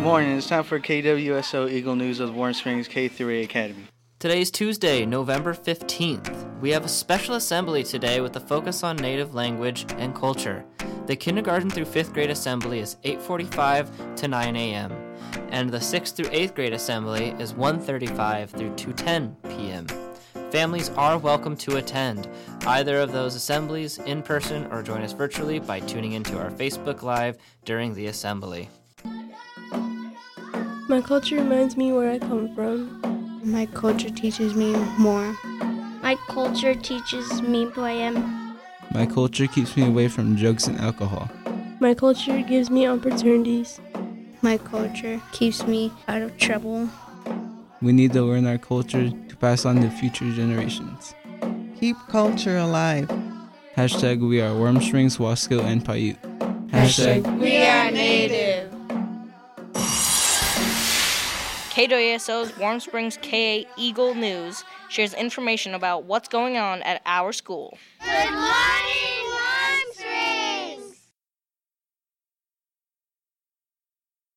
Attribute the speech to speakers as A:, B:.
A: morning. It's time for KWSO Eagle News of Warren Springs K3 Academy.
B: Today is Tuesday, November 15th. We have a special assembly today with a focus on native language and culture. The kindergarten through 5th grade assembly is 8:45 to 9 a.m. and the 6th through 8th grade assembly is 1:35 through 2:10 p.m. Families are welcome to attend either of those assemblies in person or join us virtually by tuning into our Facebook Live during the assembly.
C: My culture reminds me where I come from.
D: My culture teaches me more.
E: My culture teaches me who I am.
F: My culture keeps me away from drugs and alcohol.
C: My culture gives me opportunities.
D: My culture keeps me out of trouble.
F: We need to learn our culture to pass on to future generations.
G: Keep culture alive.
F: Hashtag we are Warm Springs, Wasco, and Paiute.
D: We are native.
H: KWSO's Warm Springs KA Eagle News shares information about what's going on at our school.
E: Good morning,